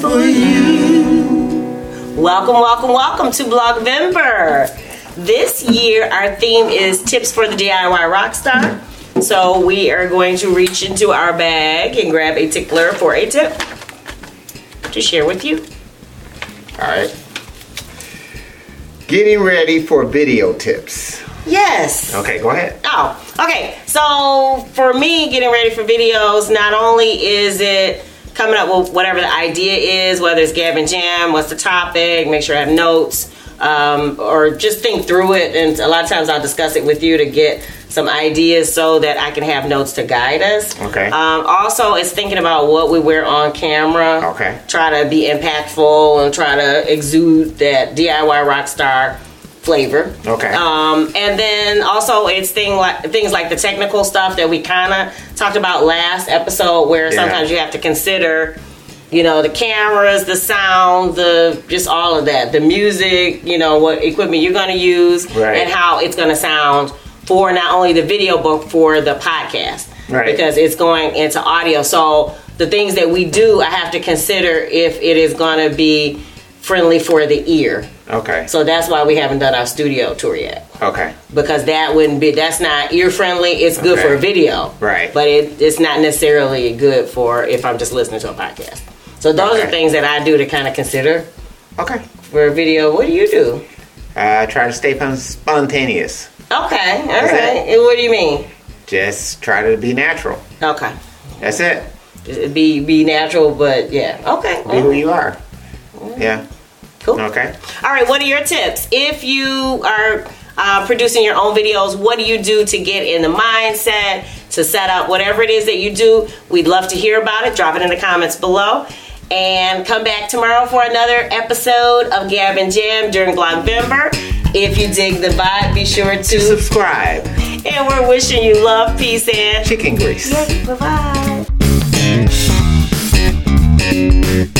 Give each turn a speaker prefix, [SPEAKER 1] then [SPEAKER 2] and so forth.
[SPEAKER 1] for you.
[SPEAKER 2] Welcome, welcome, welcome to Blogvember. This year, our theme is tips for the DIY rockstar. So we are going to reach into our bag and grab a tickler for a tip to share with you.
[SPEAKER 1] All right. Getting ready for video tips.
[SPEAKER 2] Yes.
[SPEAKER 1] Okay, go ahead.
[SPEAKER 2] Oh, okay. So for me, getting ready for videos, not only is it coming up with whatever the idea is, whether it's Gavin Jam, what's the topic, make sure I have notes, um, or just think through it. And a lot of times I'll discuss it with you to get some ideas so that I can have notes to guide us.
[SPEAKER 1] Okay.
[SPEAKER 2] Um, also, it's thinking about what we wear on camera.
[SPEAKER 1] Okay.
[SPEAKER 2] Try to be impactful and try to exude that DIY rock star flavor.
[SPEAKER 1] Okay.
[SPEAKER 2] Um, and then also it's thing like things like the technical stuff that we kind of talked about last episode, where
[SPEAKER 1] Yeah.
[SPEAKER 2] sometimes you have to consider, you know, the cameras, the sound, the just all of that, the music, you know, what equipment you're going to use,
[SPEAKER 1] Right.
[SPEAKER 2] and how it's going to sound for not only the video but for the podcast,
[SPEAKER 1] Right.
[SPEAKER 2] Because it's going into audio, so the things that we do, I have to consider if it is going to be friendly for the ear.
[SPEAKER 1] Okay.
[SPEAKER 2] So that's why we haven't done our studio tour yet
[SPEAKER 1] Okay.
[SPEAKER 2] because that wouldn't be that's not ear friendly. It's good
[SPEAKER 1] Okay.
[SPEAKER 2] for a video,
[SPEAKER 1] Right.
[SPEAKER 2] But it, it's not necessarily good for if I'm just listening to a podcast. So those
[SPEAKER 1] Okay.
[SPEAKER 2] are things that I do to kind of consider
[SPEAKER 1] Okay.
[SPEAKER 2] for a video. What do you do?
[SPEAKER 1] Uh, try to stay pun- spontaneous.
[SPEAKER 2] Okay, all right.
[SPEAKER 1] that-
[SPEAKER 2] And What do you mean?
[SPEAKER 1] Just try to be natural.
[SPEAKER 2] Okay,
[SPEAKER 1] That's it.
[SPEAKER 2] Just be be natural, but yeah. Okay,
[SPEAKER 1] Be who you are. Yeah.
[SPEAKER 2] cool.
[SPEAKER 1] Okay.
[SPEAKER 2] All right, what are your tips? If you are uh, producing your own videos, what do you do to get in the mindset, to set up whatever it is that you do? We'd love to hear about it. Drop it in the comments below. And come back tomorrow for another episode of Gab and Jam during Vlogvember. If you dig the vibe, be sure to.
[SPEAKER 1] Subscribe.
[SPEAKER 2] And we're wishing you love, peace, and.
[SPEAKER 1] Chicken grease.
[SPEAKER 2] Bye bye.